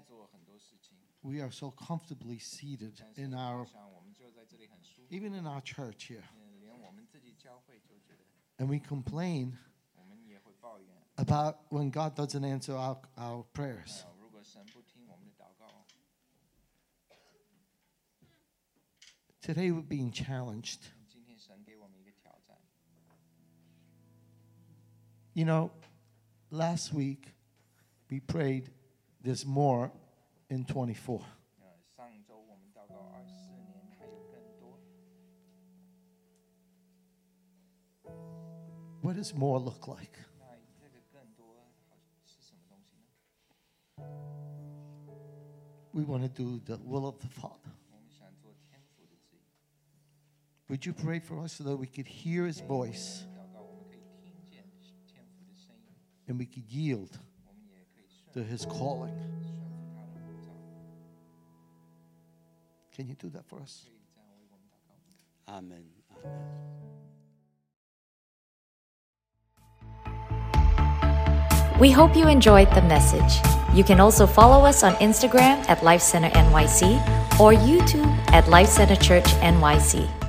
G: we are so comfortably seated in our, even in our church here. And we complain about when God doesn't answer our, our prayers. Today we're being challenged. You know, last week we prayed there's more in 24.
C: 呃
G: What does more look like? We want to do the will of the Father. Would you pray for us so that we could hear His voice and we could yield to His calling? Can you do that for us?
B: 阿门，阿门。
A: We hope you enjoyed the message. You can also follow us on Instagram at Life Center NYC or YouTube at Life Center Church NYC.